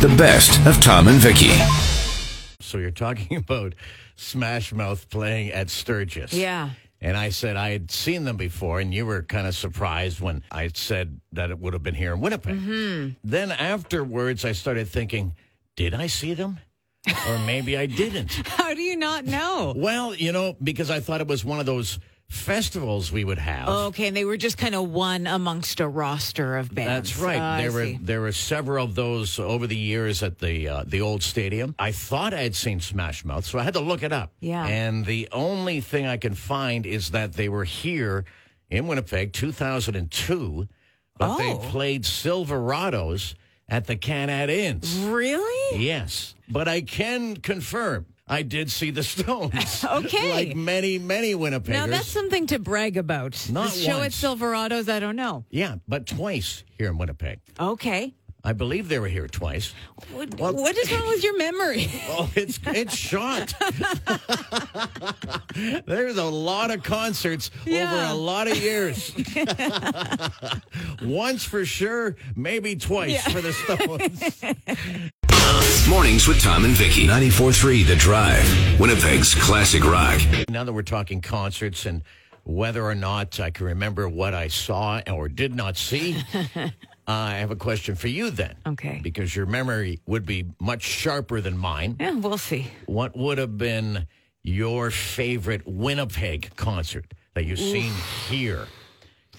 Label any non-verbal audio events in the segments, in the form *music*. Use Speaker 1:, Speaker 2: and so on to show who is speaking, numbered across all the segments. Speaker 1: the best of Tom and Vicky.
Speaker 2: So you're talking *laughs* about Smash Mouth playing at Sturgis.
Speaker 3: Yeah.
Speaker 2: And I said I had seen them before, and you were kind of surprised when I said that it would have been here in Winnipeg. Then afterwards, I started thinking, did I see them? Or maybe I
Speaker 3: *laughs*
Speaker 2: didn't.
Speaker 3: How do you not know?
Speaker 2: Well, you know, because I thought it was one of those festivals we would have.
Speaker 3: Okay, and they were just kind of one amongst a roster of bands.
Speaker 2: That's right.
Speaker 3: Ah, I
Speaker 2: there were
Speaker 3: see.
Speaker 2: there were several of those over the years at the uh, the old stadium. I thought I had seen Smash Mouth, so I had to look it up.
Speaker 3: Yeah.
Speaker 2: And the only thing I can find is that they were here in Winnipeg 2002, but
Speaker 3: Oh.
Speaker 2: they played Silverados at the Canad Inns.
Speaker 3: Really?
Speaker 2: Yes, but I can confirm I did see the Stones.
Speaker 3: *laughs* Okay.
Speaker 2: like many many Winnipeggers.
Speaker 3: Now that's something to brag about.
Speaker 2: Not
Speaker 3: This show at
Speaker 2: once.
Speaker 3: Silverado's, I don't know.
Speaker 2: yeah, but twice here in Winnipeg.
Speaker 3: Okay.
Speaker 2: I believe they were here twice.
Speaker 3: What,
Speaker 2: Well-
Speaker 3: what is wrong with your memory?
Speaker 2: Oh, it's it's shot. *laughs* There's a lot of concerts over
Speaker 3: Yeah.
Speaker 2: a lot of
Speaker 3: *laughs*
Speaker 2: years. Once for sure, maybe twice for the
Speaker 3: *laughs*
Speaker 2: Stones.
Speaker 1: Mornings with Tom and Vicky. 94.3 The Drive. Winnipeg's classic rock.
Speaker 2: now that we're talking concerts and whether or not I can remember what I saw or did not
Speaker 3: *laughs*
Speaker 2: see, I have a question for you then.
Speaker 3: Okay.
Speaker 2: Because your memory would be much sharper than mine.
Speaker 3: *laughs* yeah, we'll see.
Speaker 2: What would have been your favorite Winnipeg concert that you've seen here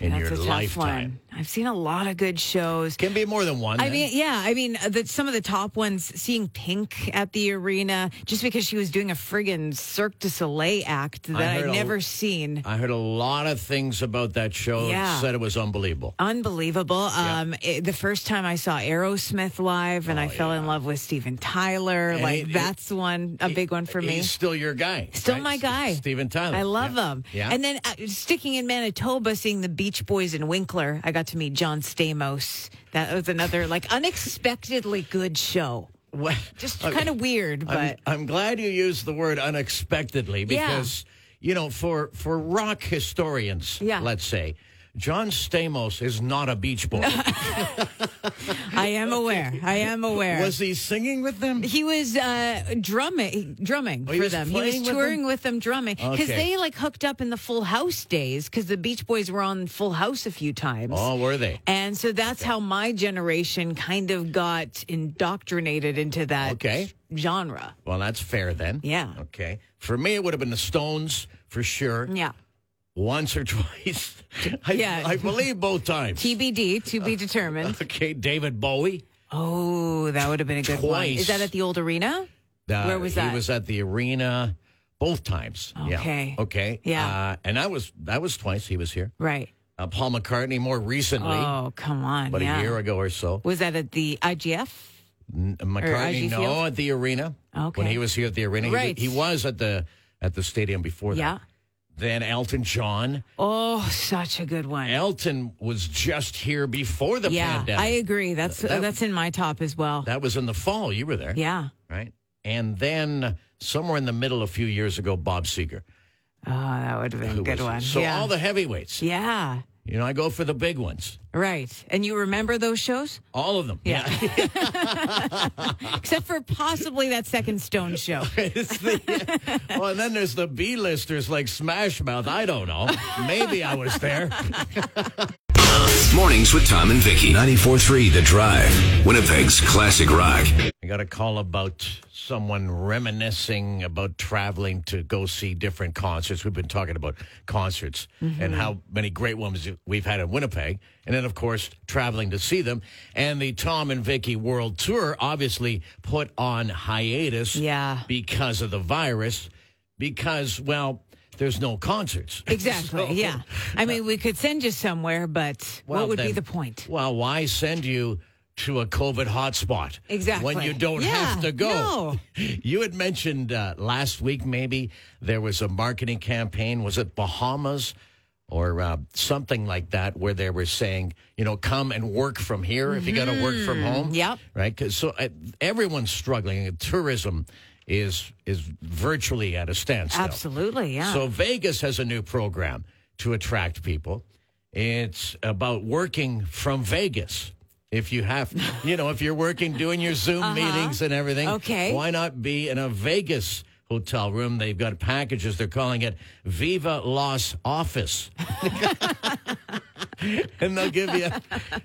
Speaker 2: in
Speaker 3: That's
Speaker 2: your
Speaker 3: a tough
Speaker 2: lifetime?
Speaker 3: one. I've seen a lot of good shows.
Speaker 2: Can be more than one.
Speaker 3: I
Speaker 2: then.
Speaker 3: mean, yeah, I mean, uh, that some of the top ones, seeing Pink at the arena, just because she was doing a friggin' Cirque du Soleil act that
Speaker 2: heard
Speaker 3: I'd
Speaker 2: a-
Speaker 3: never seen.
Speaker 2: I heard a lot of things about that show.
Speaker 3: Yeah.
Speaker 2: Said it was unbelievable.
Speaker 3: Unbelievable. Um, it- the first time I saw Aerosmith live, and I fell in love with Steven Tyler. like
Speaker 2: Oh, it-
Speaker 3: that's one a big one for me.
Speaker 2: He's still your guy.
Speaker 3: Still
Speaker 2: right?
Speaker 3: my
Speaker 2: S-
Speaker 3: guy,
Speaker 2: Steven Tyler.
Speaker 3: I love
Speaker 2: yeah.
Speaker 3: him.
Speaker 2: Yeah.
Speaker 3: And then uh, sticking in Manitoba, seeing the Beach Boys and Winkler, I got to meet John Stamos. That was another like unexpectedly good show.
Speaker 2: *laughs* Well,
Speaker 3: Just
Speaker 2: okay.
Speaker 3: kind of weird,
Speaker 2: Oh,
Speaker 3: but
Speaker 2: I'm, I'm glad you used the word unexpectedly
Speaker 3: Yeah.
Speaker 2: because you know for for rock historians,
Speaker 3: Yeah.
Speaker 2: let's say, John Stamos is not a Beach
Speaker 3: *laughs*
Speaker 2: Boy. *laughs*
Speaker 3: I am aware. I am aware.
Speaker 2: Was he singing with them?
Speaker 3: He was uh, drumming, drumming
Speaker 2: Oh, he
Speaker 3: for
Speaker 2: was
Speaker 3: them. He was
Speaker 2: playing with
Speaker 3: touring
Speaker 2: them?
Speaker 3: with them, drumming because
Speaker 2: Okay.
Speaker 3: they like hooked up in the Full House days because the Beach Boys were on Full House a few times.
Speaker 2: Oh, were they?
Speaker 3: And so that's how my generation kind of got indoctrinated into that
Speaker 2: Okay.
Speaker 3: genre.
Speaker 2: Well, that's fair then.
Speaker 3: Yeah.
Speaker 2: Okay. For me, it would have been the Stones for sure.
Speaker 3: Yeah.
Speaker 2: Once or *laughs* twice. I,
Speaker 3: Yeah.
Speaker 2: I believe both times.
Speaker 3: TBD to be determined.
Speaker 2: *laughs* okay, David Bowie.
Speaker 3: Oh, that would have been a good one.
Speaker 2: Twice.
Speaker 3: Is that at the old arena?
Speaker 2: Uh,
Speaker 3: Where was that?
Speaker 2: He was at the arena both times. Yeah.
Speaker 3: Okay.
Speaker 2: Okay.
Speaker 3: Yeah.
Speaker 2: Uh, and I was that was twice he was here.
Speaker 3: Right.
Speaker 2: Uh, Paul McCartney more recently,
Speaker 3: Oh, come on.
Speaker 2: but
Speaker 3: yeah.
Speaker 2: a year ago or so.
Speaker 3: Was that at the IGF?
Speaker 2: N- uh, McCartney
Speaker 3: IG
Speaker 2: no
Speaker 3: Field?
Speaker 2: at the arena.
Speaker 3: Okay.
Speaker 2: When he was here at the arena, he-
Speaker 3: Right.
Speaker 2: he, was at the at the stadium before that.
Speaker 3: Yeah.
Speaker 2: Then Elton John.
Speaker 3: Oh, such a good one.
Speaker 2: Elton was just here before the
Speaker 3: yeah,
Speaker 2: pandemic.
Speaker 3: I agree. That's uh,
Speaker 2: That-
Speaker 3: that's in my top as well.
Speaker 2: That was in the fall. You were there.
Speaker 3: yeah.
Speaker 2: Right. And then somewhere in the middle a few years ago, Bob Seger.
Speaker 3: Oh, that would have been a
Speaker 2: who
Speaker 3: good
Speaker 2: was-
Speaker 3: one.
Speaker 2: So
Speaker 3: yeah.
Speaker 2: all the heavyweights.
Speaker 3: yeah.
Speaker 2: You know, I go for the big ones.
Speaker 3: Right. And you remember those shows?
Speaker 2: All of them.
Speaker 3: Yeah. Except for possibly that second Stone
Speaker 2: *laughs*
Speaker 3: show.
Speaker 2: It's the- *laughs* well, and then there's the B-listers like Smash Mouth. I don't know. Maybe I was
Speaker 3: *laughs*
Speaker 2: there.
Speaker 1: Mornings with Tom and Vicky. 94.3 The Drive. Winnipeg's classic rock.
Speaker 2: I got a call about someone reminiscing about traveling to go see different concerts. We've been talking about concerts
Speaker 3: Mm-hmm.
Speaker 2: and how many great ones we've had in Winnipeg. And then, of course, traveling to see them. And the Tom and Vicky World Tour obviously put on hiatus
Speaker 3: Yeah.
Speaker 2: because of the virus, because, well, there's no concerts. *laughs*
Speaker 3: Exactly.
Speaker 2: So-
Speaker 3: yeah. I mean, we could send you somewhere, but
Speaker 2: Well,
Speaker 3: what would be
Speaker 2: then-
Speaker 3: the point?
Speaker 2: Well, why send you to a COVID hotspot?
Speaker 3: Exactly.
Speaker 2: When you don't have
Speaker 3: Yeah,
Speaker 2: to go.
Speaker 3: no.
Speaker 2: *laughs* You had mentioned uh, last week maybe there was a marketing campaign. Was it Bahamas? Or uh, something like that, where they were saying, you know, come and work from here if you got to work from home.
Speaker 3: Mm-hmm. Yep.
Speaker 2: Right. 'Cause so uh, everyone's struggling. and Tourism is is virtually at a standstill.
Speaker 3: Absolutely. Yeah.
Speaker 2: So Vegas has a new program to attract people. It's about working from Vegas. If you have, you know, if you're working, doing your Zoom meetings and everything,
Speaker 3: Uh-huh. Okay.
Speaker 2: why not be in a Vegas hotel room? They've got packages. They're calling it Viva Los Office. *laughs* and they'll give you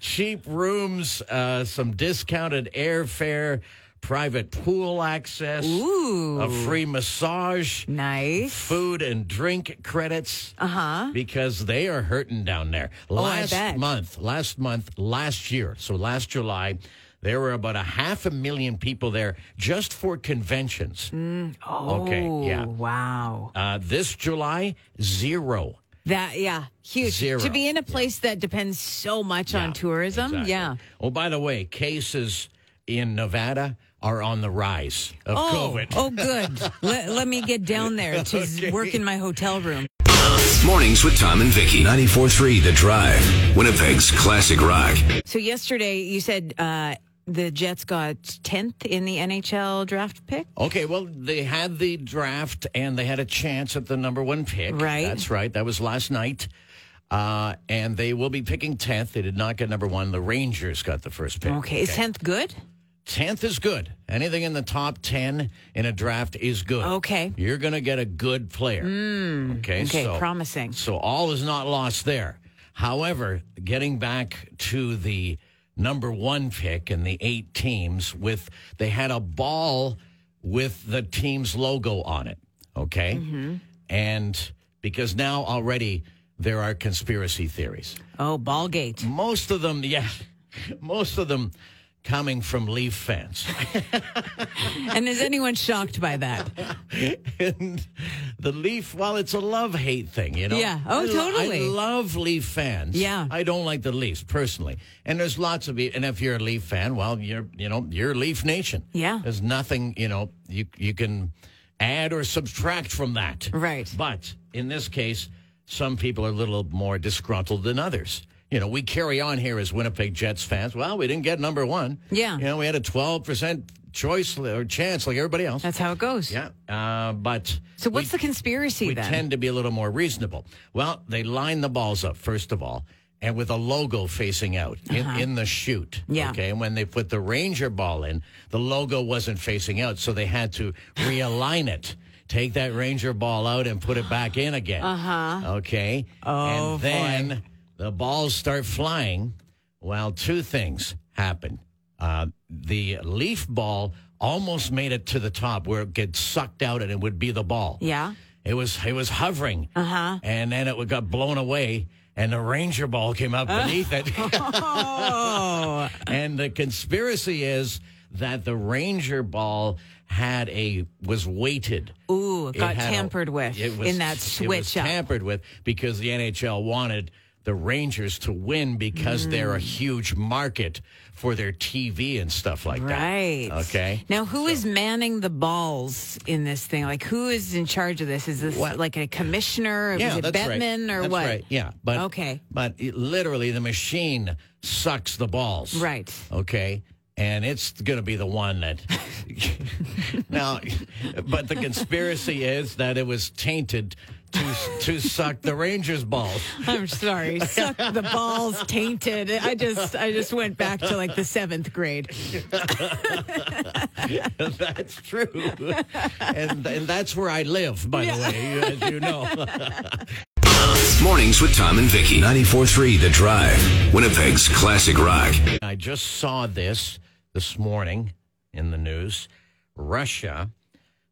Speaker 2: cheap rooms, uh, some discounted airfare, private pool access, a free massage,
Speaker 3: Nice.
Speaker 2: food and drink credits. Uh huh. Because they are hurting down there.
Speaker 3: Uh-huh. Oh, I
Speaker 2: Last
Speaker 3: bet.
Speaker 2: month, last month, last year, so last July. There were about a half a million people there just for conventions. okay, yeah.
Speaker 3: Mm, Oh, Wow.
Speaker 2: Uh, this July, zero.
Speaker 3: That yeah, huge.
Speaker 2: Zero.
Speaker 3: To be in a place that depends so much on tourism.
Speaker 2: Exactly.
Speaker 3: Yeah.
Speaker 2: Oh, by the way, cases in Nevada are on the rise of
Speaker 3: Oh,
Speaker 2: COVID.
Speaker 3: oh,
Speaker 2: *laughs*
Speaker 3: good. let, let me get down there to z- work in my hotel room.
Speaker 1: Mornings with Tom and Vicky. 94.3 The Drive. Winnipeg's classic rock.
Speaker 3: So yesterday you said uh, the Jets got tenth in the NHL draft pick.
Speaker 2: Okay, well, they had the draft and they had a chance at the number one pick.
Speaker 3: Right.
Speaker 2: That's right. That was last night. Uh, and they will be picking 10th. They did not get number one. The Rangers got the first pick.
Speaker 3: Okay, is tenth good?
Speaker 2: 10th is good. Anything in the top 10 in a draft is good.
Speaker 3: Okay. Hmm.
Speaker 2: You're going to get a good player. okay.
Speaker 3: Okay,
Speaker 2: so-
Speaker 3: promising.
Speaker 2: So all is not lost there. However, getting back to the number one pick and the eight teams with they had a ball with the team's logo on it. Okay.
Speaker 3: Mm-hmm.
Speaker 2: And because now already there are conspiracy theories.
Speaker 3: Oh, Ballgate.
Speaker 2: Most of them, *laughs* yeah. Most of them coming from Leaf fans.
Speaker 3: And is anyone shocked by that?
Speaker 2: *laughs* and the Leaf, well, it's a love hate thing, you know?
Speaker 3: Yeah. Oh,
Speaker 2: I lo-
Speaker 3: totally.
Speaker 2: I love Leaf fans.
Speaker 3: Yeah.
Speaker 2: I don't like the Leafs personally. And there's lots of, and if you're a Leaf fan, well, you're, you know, you're Leaf Nation.
Speaker 3: Yeah.
Speaker 2: There's nothing, you know, you, you can add or subtract from that.
Speaker 3: Right.
Speaker 2: But in this case, some people are a little more disgruntled than others. You know, we carry on here as Winnipeg Jets fans. Well, we didn't get number one.
Speaker 3: Yeah.
Speaker 2: You know, we had a 12% choice or chance like everybody else.
Speaker 3: That's how it goes.
Speaker 2: Yeah, uh, but
Speaker 3: So what's the conspiracy
Speaker 2: we
Speaker 3: then?
Speaker 2: tend to be a little more reasonable. Well, they line the balls up first of all, and with a logo facing out in, in the chute.
Speaker 3: Yeah.
Speaker 2: Okay, and when they put the Ranger ball in, the logo wasn't facing out, so they had to realign it. Take that Ranger ball out and put it back in again. Uh huh. Okay. Oh, and then the balls start flying. Well, two things happen. Uh, the leaf ball almost made it to the top where it gets sucked out and it would be the ball.
Speaker 3: Yeah.
Speaker 2: It was it was hovering. Uh-huh. And then it got blown away and the ranger ball came up beneath it.
Speaker 3: *laughs* Oh,
Speaker 2: and the conspiracy is that the ranger ball had a was weighted.
Speaker 3: ooh,
Speaker 2: It
Speaker 3: got
Speaker 2: had a-
Speaker 3: tampered with
Speaker 2: it was-
Speaker 3: in that
Speaker 2: It was
Speaker 3: switch up.
Speaker 2: tampered with because the NHL wanted the Rangers to win because they're a
Speaker 3: Mm.
Speaker 2: huge market for their TV and stuff like
Speaker 3: Right.
Speaker 2: that. Okay.
Speaker 3: Now, who is manning the balls in this thing? Like, who is in charge of this? Is this like a commissioner?
Speaker 2: Yeah,
Speaker 3: is it
Speaker 2: that's
Speaker 3: Bettman
Speaker 2: right.
Speaker 3: or
Speaker 2: That's
Speaker 3: what?
Speaker 2: right. Yeah, but
Speaker 3: Okay.
Speaker 2: but it, literally the machine sucks the balls.
Speaker 3: Right.
Speaker 2: Okay. And it's going to be the one
Speaker 3: *laughs*
Speaker 2: that now, but the conspiracy is that it was tainted to to suck the Rangers' balls. *laughs*
Speaker 3: I'm sorry. Suck the balls tainted. I just I just went back to like the seventh grade.
Speaker 2: that's true, and and that's where I live, by the way, as you know.
Speaker 1: Mornings with Tom and Vicky. 94.3 The Drive. Winnipeg's classic rock.
Speaker 2: I just saw this this morning in the news. Russia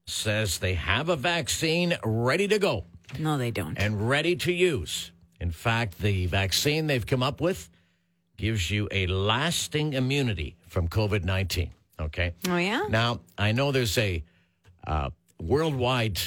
Speaker 2: says they have a vaccine ready to go
Speaker 3: No, they don't.
Speaker 2: and ready to use. In fact, the vaccine they've come up with gives you a lasting immunity from COVID 19. Okay.
Speaker 3: Oh, yeah?
Speaker 2: Now, I know there's a uh, worldwide,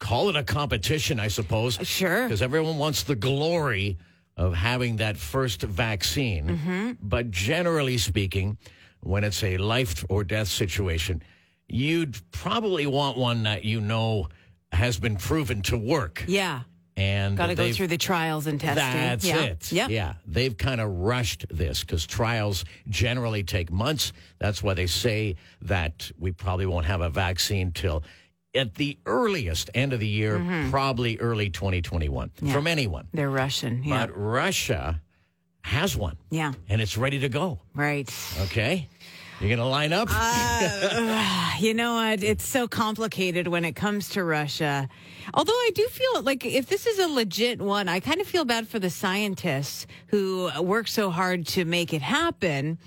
Speaker 2: call it a competition, I suppose.
Speaker 3: Sure.
Speaker 2: Because everyone wants the glory of having that first vaccine.
Speaker 3: Mm-hmm.
Speaker 2: But generally speaking, when it's a life or death situation, you'd probably want one that you know has been proven to work
Speaker 3: Yeah.
Speaker 2: and
Speaker 3: Got to go
Speaker 2: they've-
Speaker 3: through the trials and testing.
Speaker 2: That's
Speaker 3: yeah.
Speaker 2: it.
Speaker 3: Yeah.
Speaker 2: yeah. They've kind of rushed this because trials generally take months. That's why they say that we probably won't have a vaccine till at the earliest end of the year,
Speaker 3: Mm-hmm.
Speaker 2: probably early 2021 from anyone.
Speaker 3: They're Russian. Yeah.
Speaker 2: But Russia has one.
Speaker 3: Yeah.
Speaker 2: And it's ready to go.
Speaker 3: Right.
Speaker 2: Okay. You're going to line up?
Speaker 3: Uh, You know what? It's so complicated when it comes to Russia. Although I do feel like if this is a legit one, I kind of feel bad for the scientists who work so hard to make it happen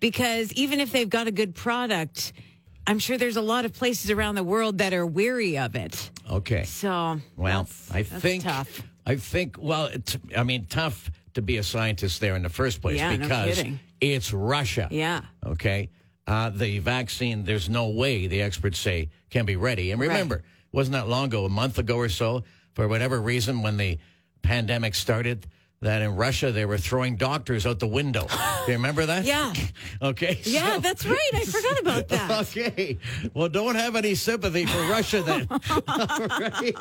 Speaker 3: because even if they've got a good product, I'm sure there's a lot of places around the world that are weary of it.
Speaker 2: okay.
Speaker 3: So,
Speaker 2: Well,
Speaker 3: that's-
Speaker 2: I
Speaker 3: that's
Speaker 2: think
Speaker 3: tough.
Speaker 2: I think well, it's, I mean, tough to be a scientist there in the first place
Speaker 3: Yeah, no
Speaker 2: because
Speaker 3: kidding.
Speaker 2: it's Russia.
Speaker 3: Yeah.
Speaker 2: Okay. Uh, the vaccine, there's no way the experts say can be ready. And remember, it wasn't that long ago, a month ago or so, for whatever reason, when the pandemic started, that in Russia they were throwing doctors out the
Speaker 3: *laughs*
Speaker 2: window. Do you remember that?
Speaker 3: Yeah.
Speaker 2: *laughs* Okay.
Speaker 3: Yeah,
Speaker 2: so- Oh,
Speaker 3: that's right. I
Speaker 2: *laughs*
Speaker 3: forgot about that.
Speaker 2: Okay. Well, don't have any sympathy for Russia
Speaker 3: *laughs*
Speaker 2: then. *laughs* All right?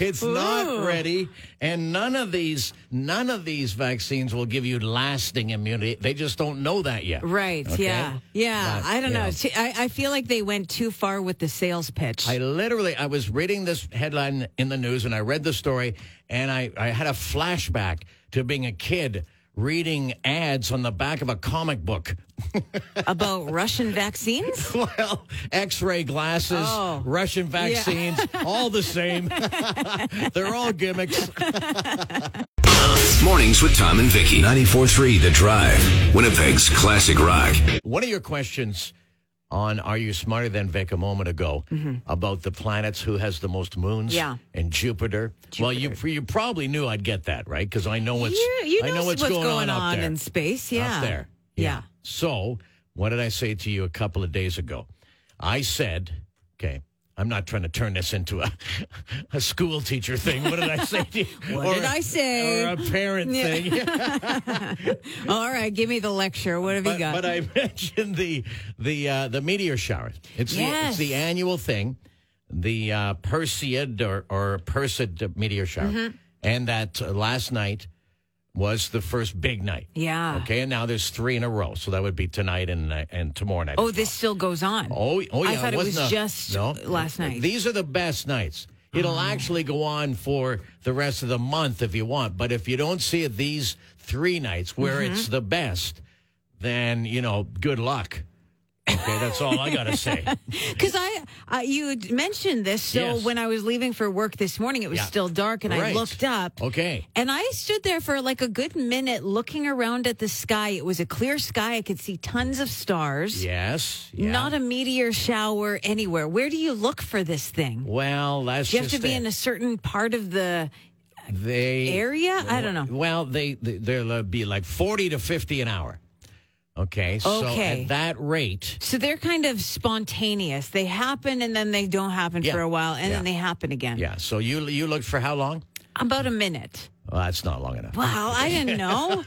Speaker 2: It's not
Speaker 3: Ooh.
Speaker 2: ready, and none of these none of these vaccines will give you lasting immunity. They just don't know that yet.
Speaker 3: Right.
Speaker 2: Okay?
Speaker 3: Yeah. Yeah.
Speaker 2: But,
Speaker 3: I don't
Speaker 2: you
Speaker 3: know. T- I, I feel like they went too far with the sales pitch.
Speaker 2: I literally I was reading this headline in the news and I read the story and I, I had a flashback to being a kid reading ads on the back of a comic book.
Speaker 3: about Russian vaccines?
Speaker 2: Well, X-ray glasses,
Speaker 3: Oh.
Speaker 2: Russian vaccines, all
Speaker 3: *laughs*
Speaker 2: the same. *laughs* They're all gimmicks.
Speaker 1: Mornings with Tom and Vicky. 94.3 The Drive. Winnipeg's classic rock.
Speaker 2: One of your questions on Are You Smarter Than Vic a moment ago about the planets, who has the most moons,
Speaker 3: Mm-hmm. Yeah.
Speaker 2: and Jupiter. Well, you you probably knew I'd get that right because I know *laughs* what's
Speaker 3: you, you
Speaker 2: I
Speaker 3: know,
Speaker 2: know
Speaker 3: what's, going, on,
Speaker 2: up there.
Speaker 3: in space. Yeah.
Speaker 2: Up there.
Speaker 3: Yeah.
Speaker 2: So, what did I say to you a couple of days ago? I said, okay, I'm not trying to turn this into a, *laughs* a school teacher thing. What did I say to you?
Speaker 3: *laughs* What did I say?
Speaker 2: Or a parent
Speaker 3: Yeah. *laughs*
Speaker 2: thing.
Speaker 3: All right. Give me the lecture. What have you
Speaker 2: But,
Speaker 3: got?
Speaker 2: but uh, I *laughs* mentioned the the uh, the meteor shower. It's the,
Speaker 3: Yes.
Speaker 2: it's the annual thing, the uh, Perseid or, or Perseid meteor shower,
Speaker 3: Mm-hmm.
Speaker 2: and that uh, last night was the first big night.
Speaker 3: yeah.
Speaker 2: Okay, and now there's three in a row, so that would be tonight and uh, and tomorrow night.
Speaker 3: Oh, this still goes on.
Speaker 2: oh, oh yeah.
Speaker 3: I thought it was
Speaker 2: wasn't a-
Speaker 3: just
Speaker 2: no.
Speaker 3: last night. Ah.
Speaker 2: These are the best nights. It'll actually go on for the rest of the month if you want, but if you don't see it these three nights where
Speaker 3: Mm-hmm.
Speaker 2: it's the best, then you know, good luck. Okay, that's all I gotta
Speaker 3: *laughs*
Speaker 2: say.
Speaker 3: Because I, I, you mentioned this. So
Speaker 2: Yes.
Speaker 3: when I was leaving for work this morning, it was
Speaker 2: Yeah.
Speaker 3: still dark, and I
Speaker 2: Right. Oh.
Speaker 3: looked up.
Speaker 2: Okay.
Speaker 3: And I stood there for like a good minute looking around at the sky. It was a clear sky. I could see tons of stars.
Speaker 2: Yes. yeah.
Speaker 3: Not a meteor shower anywhere. Where do you look for this thing?
Speaker 2: well. That's
Speaker 3: Do you have
Speaker 2: just
Speaker 3: to be
Speaker 2: it.
Speaker 3: in a certain part of the
Speaker 2: they
Speaker 3: area? I don't know.
Speaker 2: Well, they, they there'll be like forty to fifty an hour. Okay. So
Speaker 3: Okay.
Speaker 2: at that rate,
Speaker 3: So they're kind of spontaneous. They happen and then they don't happen
Speaker 2: Yeah.
Speaker 3: for a while and then
Speaker 2: Yeah.
Speaker 3: they happen again.
Speaker 2: yeah. So you you looked for how long?
Speaker 3: About a minute.
Speaker 2: Well, that's not long enough.
Speaker 3: Wow, I didn't know.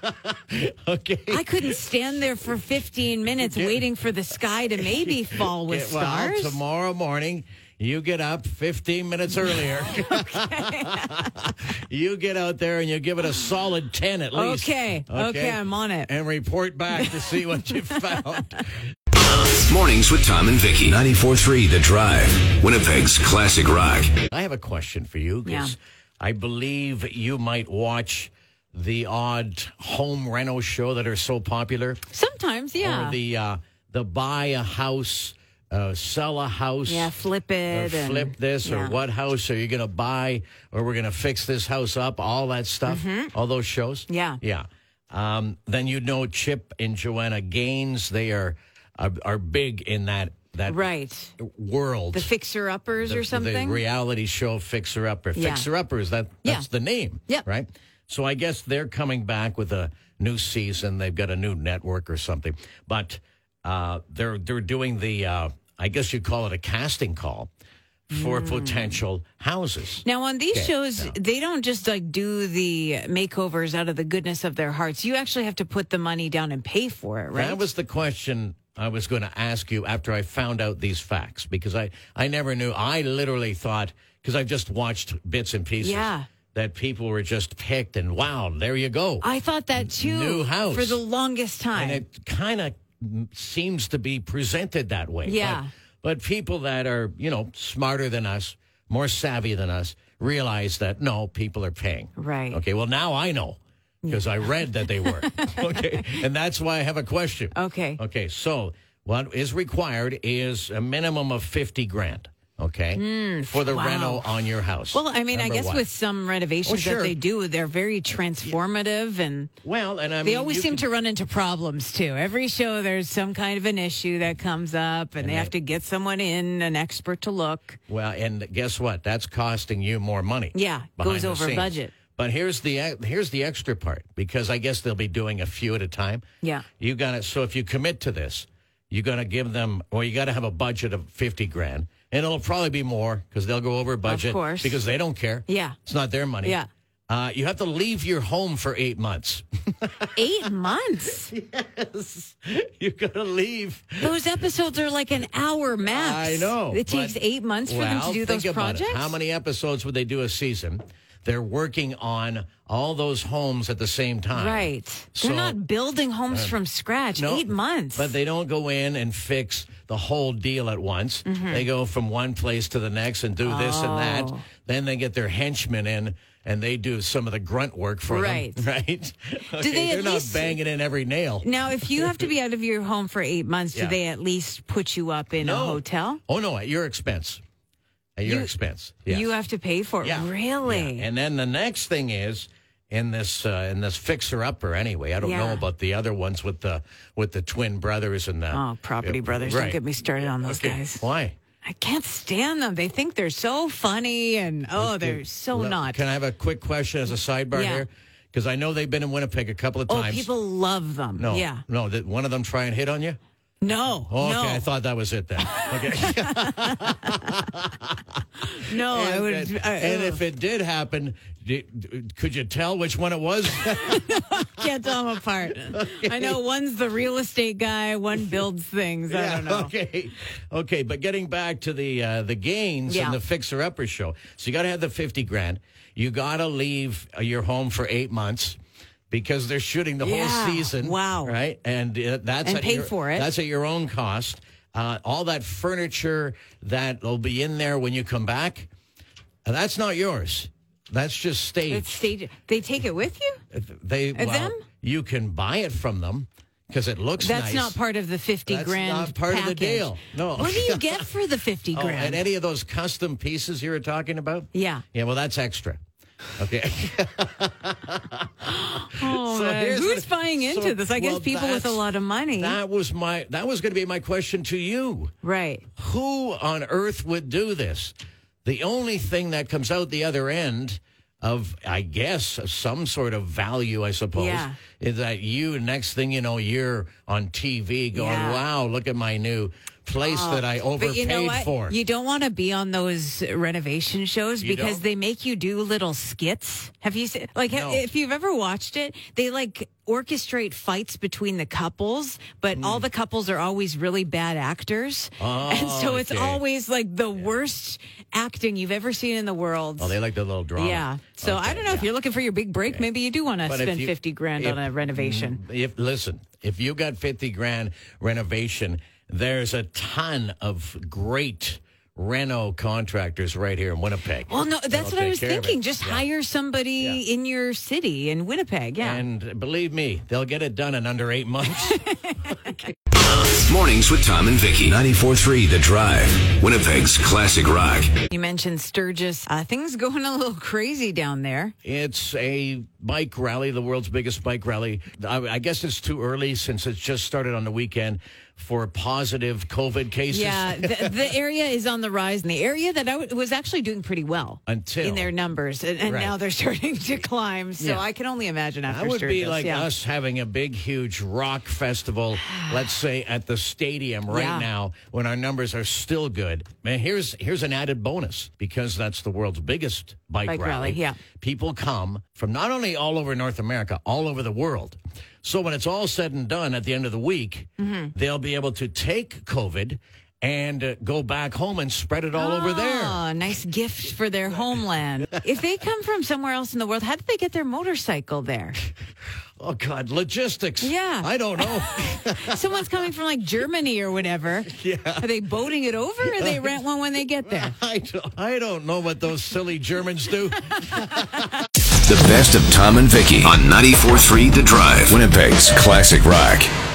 Speaker 2: *laughs* Okay.
Speaker 3: I couldn't stand there for 15 minutes waiting for the sky to
Speaker 2: *laughs*
Speaker 3: maybe fall with
Speaker 2: Okay, well,
Speaker 3: stars.
Speaker 2: tomorrow morning, you get up 15 minutes earlier.
Speaker 3: *laughs*
Speaker 2: *laughs* you get out there and you give it a solid 10 at least.
Speaker 3: Okay, okay, I'm on it.
Speaker 2: And report back to see what
Speaker 3: *laughs*
Speaker 2: you found.
Speaker 1: Mornings with Tom and Vicky. 94.3 The Drive. Winnipeg's classic rock.
Speaker 2: I have a question for you because
Speaker 3: Yeah.
Speaker 2: I believe you might watch the odd home reno show that are so popular.
Speaker 3: Sometimes, yeah.
Speaker 2: Or the, uh, the buy a house, uh, sell a house.
Speaker 3: yeah, flip
Speaker 2: or
Speaker 3: it. and-
Speaker 2: flip this or
Speaker 3: yeah.
Speaker 2: what house are you going to buy or we're going to fix this house up all that stuff all those shows
Speaker 3: Mm-hmm. Yeah.
Speaker 2: yeah um, then you know chip and joanna gaines they are are, are big in that that
Speaker 3: Right.
Speaker 2: world
Speaker 3: The fixer uppers or something.
Speaker 2: the reality show Fixer Upper.
Speaker 3: Yeah.
Speaker 2: Fixer Uppers, that, that's
Speaker 3: Yeah.
Speaker 2: the name,
Speaker 3: Yep.
Speaker 2: right? So I guess they're coming back with a new season. They've got a new network or something. But uh, they're, they're doing the, uh, I guess you'd call it a casting call for
Speaker 3: Hmm.
Speaker 2: potential houses.
Speaker 3: Now on these shows, they don't just like do the makeovers out of the goodness of their hearts. You actually have to put the money down and pay for it, right?
Speaker 2: That was the question I was going to ask you after I found out these facts because I, I never knew. I literally thought, because I've just watched bits and pieces.
Speaker 3: Yeah.
Speaker 2: That people were just picked and wow, there you go.
Speaker 3: I thought that too
Speaker 2: New house.
Speaker 3: for the longest time.
Speaker 2: and it kind of seems to be presented that way.
Speaker 3: Yeah.
Speaker 2: But, but people that are, you know, smarter than us, more savvy than us, realize that no, people are paying.
Speaker 3: Right.
Speaker 2: Okay. Well, now I know. because I read that they
Speaker 3: *laughs*
Speaker 2: were. okay. And that's why I have a question.
Speaker 3: Okay.
Speaker 2: Okay. So what is required is a minimum of 50 grand. Okay. for the
Speaker 3: Hmm, wow.
Speaker 2: rental on your house.
Speaker 3: Well, I mean, I
Speaker 2: Number
Speaker 3: guess
Speaker 2: one.
Speaker 3: with some renovations
Speaker 2: Oh, sure.
Speaker 3: that they do, they're very transformative and
Speaker 2: Well, and I
Speaker 3: they
Speaker 2: mean,
Speaker 3: always
Speaker 2: you
Speaker 3: seem
Speaker 2: can-
Speaker 3: to run into problems too. Every show there's some kind of an issue that comes up and, they have to get someone in, an expert to look.
Speaker 2: Well, and guess what? That's costing you more money.
Speaker 3: Yeah,
Speaker 2: behind
Speaker 3: goes
Speaker 2: the
Speaker 3: over
Speaker 2: scenes.
Speaker 3: budget.
Speaker 2: But here's the e, here's the extra part because I guess they'll be doing a few at a time.
Speaker 3: Yeah.
Speaker 2: You got to so if you commit to this, you got to give them or you got to have a budget of 50 grand. And it'll probably be more cuz they'll go over budget
Speaker 3: course.
Speaker 2: because they don't care.
Speaker 3: Yeah.
Speaker 2: It's not their money.
Speaker 3: Yeah.
Speaker 2: Uh, you have to leave your home for 8 months. *laughs*
Speaker 3: Eight months.
Speaker 2: you got to leave
Speaker 3: Those episodes are like an hour max.
Speaker 2: I know. but-
Speaker 3: It takes eight months for them
Speaker 2: Well,
Speaker 3: to do
Speaker 2: think
Speaker 3: those
Speaker 2: about it.
Speaker 3: projects.
Speaker 2: How many episodes would they do a season? They're working on all those homes at the same time.
Speaker 3: Right.
Speaker 2: So- uh,
Speaker 3: They're not building homes from scratch.
Speaker 2: No,
Speaker 3: Eight months.
Speaker 2: But they don't go in and fix the whole deal at once.
Speaker 3: Mm-hmm.
Speaker 2: They go from one place to the next and do this and
Speaker 3: Oh.
Speaker 2: that. Then they get their henchmen in and they do some of the grunt work for
Speaker 3: Right.
Speaker 2: them. *laughs* Right. Okay,
Speaker 3: they at
Speaker 2: are not
Speaker 3: least-
Speaker 2: banging in every nail.
Speaker 3: now, if you have to be out of your home for eight months,
Speaker 2: Yeah.
Speaker 3: do they at least put you up in a hotel?
Speaker 2: Oh, no, at your expense. At your
Speaker 3: You-
Speaker 2: expense. Yes.
Speaker 3: You have to pay for it.
Speaker 2: Yeah.
Speaker 3: Really?
Speaker 2: Yeah. And then the next thing is in this uh, in this fixer upper anyway. I don't know
Speaker 3: Yeah.
Speaker 2: about the other ones with the with the twin brothers and the
Speaker 3: Oh, property
Speaker 2: Yeah,
Speaker 3: brothers.
Speaker 2: right.
Speaker 3: Don't get me started on those
Speaker 2: Okay.
Speaker 3: guys.
Speaker 2: Why?
Speaker 3: I can't stand them. They think they're so funny and oh, they're so
Speaker 2: Look,
Speaker 3: not.
Speaker 2: Can I have a quick question as a sidebar
Speaker 3: Yeah.
Speaker 2: here? Because I know they've been in Winnipeg a couple of
Speaker 3: Oh,
Speaker 2: times.
Speaker 3: people love them.
Speaker 2: no,
Speaker 3: Yeah.
Speaker 2: no. Did one of them try and hit on you?
Speaker 3: No.
Speaker 2: Oh,
Speaker 3: no. Oh,
Speaker 2: okay. I thought that was it
Speaker 3: *laughs*
Speaker 2: then. Okay.
Speaker 3: no, I would.
Speaker 2: and,
Speaker 3: I,
Speaker 2: and
Speaker 3: ugh,
Speaker 2: if it did happen, did, could you tell which one it was?
Speaker 3: can't tell
Speaker 2: *laughs*
Speaker 3: them apart. I know one's the real estate guy, one builds things. I don't
Speaker 2: *laughs*
Speaker 3: know.
Speaker 2: Okay, okay, but getting back to the uh, the gains
Speaker 3: Yeah.
Speaker 2: and the fixer upper show, so you got to have the fifty grand. You got to leave uh, your home for eight months because they're shooting the
Speaker 3: Yeah,
Speaker 2: whole season.
Speaker 3: wow.
Speaker 2: right? And uh, that's
Speaker 3: And
Speaker 2: at
Speaker 3: pay
Speaker 2: your-
Speaker 3: for it.
Speaker 2: That's at your own cost. Uh, all that furniture that'll be in there when you come back, uh, that's not yours. That's just staged.
Speaker 3: It's stage. They take it with you?
Speaker 2: They well,
Speaker 3: them?
Speaker 2: you can buy it from them because it looks nice.
Speaker 3: That's not part of the 50
Speaker 2: That's
Speaker 3: grand.
Speaker 2: not part of the
Speaker 3: package.
Speaker 2: deal. No.
Speaker 3: What
Speaker 2: *laughs*
Speaker 3: do you get for the 50
Speaker 2: Oh, and
Speaker 3: grand?
Speaker 2: any of those custom pieces you were talking about?
Speaker 3: Yeah.
Speaker 2: Yeah, well, that's extra.
Speaker 3: *laughs*
Speaker 2: Okay. *laughs*
Speaker 3: Oh,
Speaker 2: So
Speaker 3: man.
Speaker 2: here's
Speaker 3: Who's
Speaker 2: the-
Speaker 3: buying into
Speaker 2: so-
Speaker 3: this? I guess
Speaker 2: well,
Speaker 3: people with a
Speaker 2: that's-
Speaker 3: lot of money.
Speaker 2: that was my that was going to be my question to you.
Speaker 3: right.
Speaker 2: Who on earth would do this? The only thing that comes out the other end of I guess some sort of value I suppose
Speaker 3: Yeah.
Speaker 2: is that you next thing you know you're on TV going,
Speaker 3: Yeah. Oh,
Speaker 2: "Wow, look at my new place that I overpaid
Speaker 3: But you know what?
Speaker 2: for."
Speaker 3: You don't want to be on those renovation shows
Speaker 2: You
Speaker 3: because
Speaker 2: don't?
Speaker 3: they make you do little skits. Have you seen, like, ha-
Speaker 2: No.
Speaker 3: if you've ever watched it, they like orchestrate fights between the couples, but all the couples are always really bad actors.
Speaker 2: Hmm. Oh,
Speaker 3: and so it's
Speaker 2: okay.
Speaker 3: always like the worst acting you've ever seen in the world.
Speaker 2: oh, they like the little drama.
Speaker 3: yeah. So I
Speaker 2: Okay,
Speaker 3: don't know if you're looking for your big break, maybe you do want to
Speaker 2: But if
Speaker 3: spend
Speaker 2: you-
Speaker 3: 50 grand
Speaker 2: if- Hmm.
Speaker 3: on a renovation.
Speaker 2: If listen, if you got fifty grand renovation, there's a ton of great reno contractors right here in Winnipeg.
Speaker 3: Well, no,
Speaker 2: that'll
Speaker 3: that's what I
Speaker 2: take
Speaker 3: was
Speaker 2: care of it.
Speaker 3: thinking. Just hire somebody in your city in Winnipeg. Yeah.
Speaker 2: And believe me, they'll get it done in under eight months.
Speaker 3: *laughs*
Speaker 1: Mornings with Tom and Vicky. 94.3 The Drive. Winnipeg's classic rock.
Speaker 3: You mentioned Sturgis. Uh, things going a little crazy down there.
Speaker 2: It's a bike rally, the world's biggest bike rally. I, I guess it's too early since it's just started on the weekend for positive COVID cases.
Speaker 3: *laughs* Yeah, the, the area is on the rise, and the area that I w- was actually doing pretty well
Speaker 2: Until-
Speaker 3: in their numbers, and, and
Speaker 2: Right.
Speaker 3: now they're *laughs* starting to climb. So
Speaker 2: Yeah.
Speaker 3: I can only imagine after
Speaker 2: That would
Speaker 3: Sturgis.
Speaker 2: be like
Speaker 3: yeah.
Speaker 2: us having a big, huge rock festival, let's say at the stadium right
Speaker 3: Yeah.
Speaker 2: now when our numbers are still good. Man, here's here's an added bonus because that's the world's biggest bike,
Speaker 3: Bike rally, yeah.
Speaker 2: people come from not only all over North America, all over the world. So when it's all said and done at the end of the week,
Speaker 3: Mm-hmm.
Speaker 2: they'll be able to take COVID and uh, go back home and spread it all over there.
Speaker 3: Oh, nice gift for their homeland. if they come from somewhere else in the world, how did they get their
Speaker 2: *laughs*
Speaker 3: motorcycle there?
Speaker 2: Oh God, logistics.
Speaker 3: Yeah.
Speaker 2: I don't know.
Speaker 3: *laughs* Someone's coming from like Germany or whatever. Yeah. Are they boating it over or they rent
Speaker 2: *laughs*
Speaker 3: one when they get there?
Speaker 2: I don't, I don't know what those silly Germans do.
Speaker 1: The The best of Tom and Vicky on 94.3 The Drive, Winnipeg's classic rock.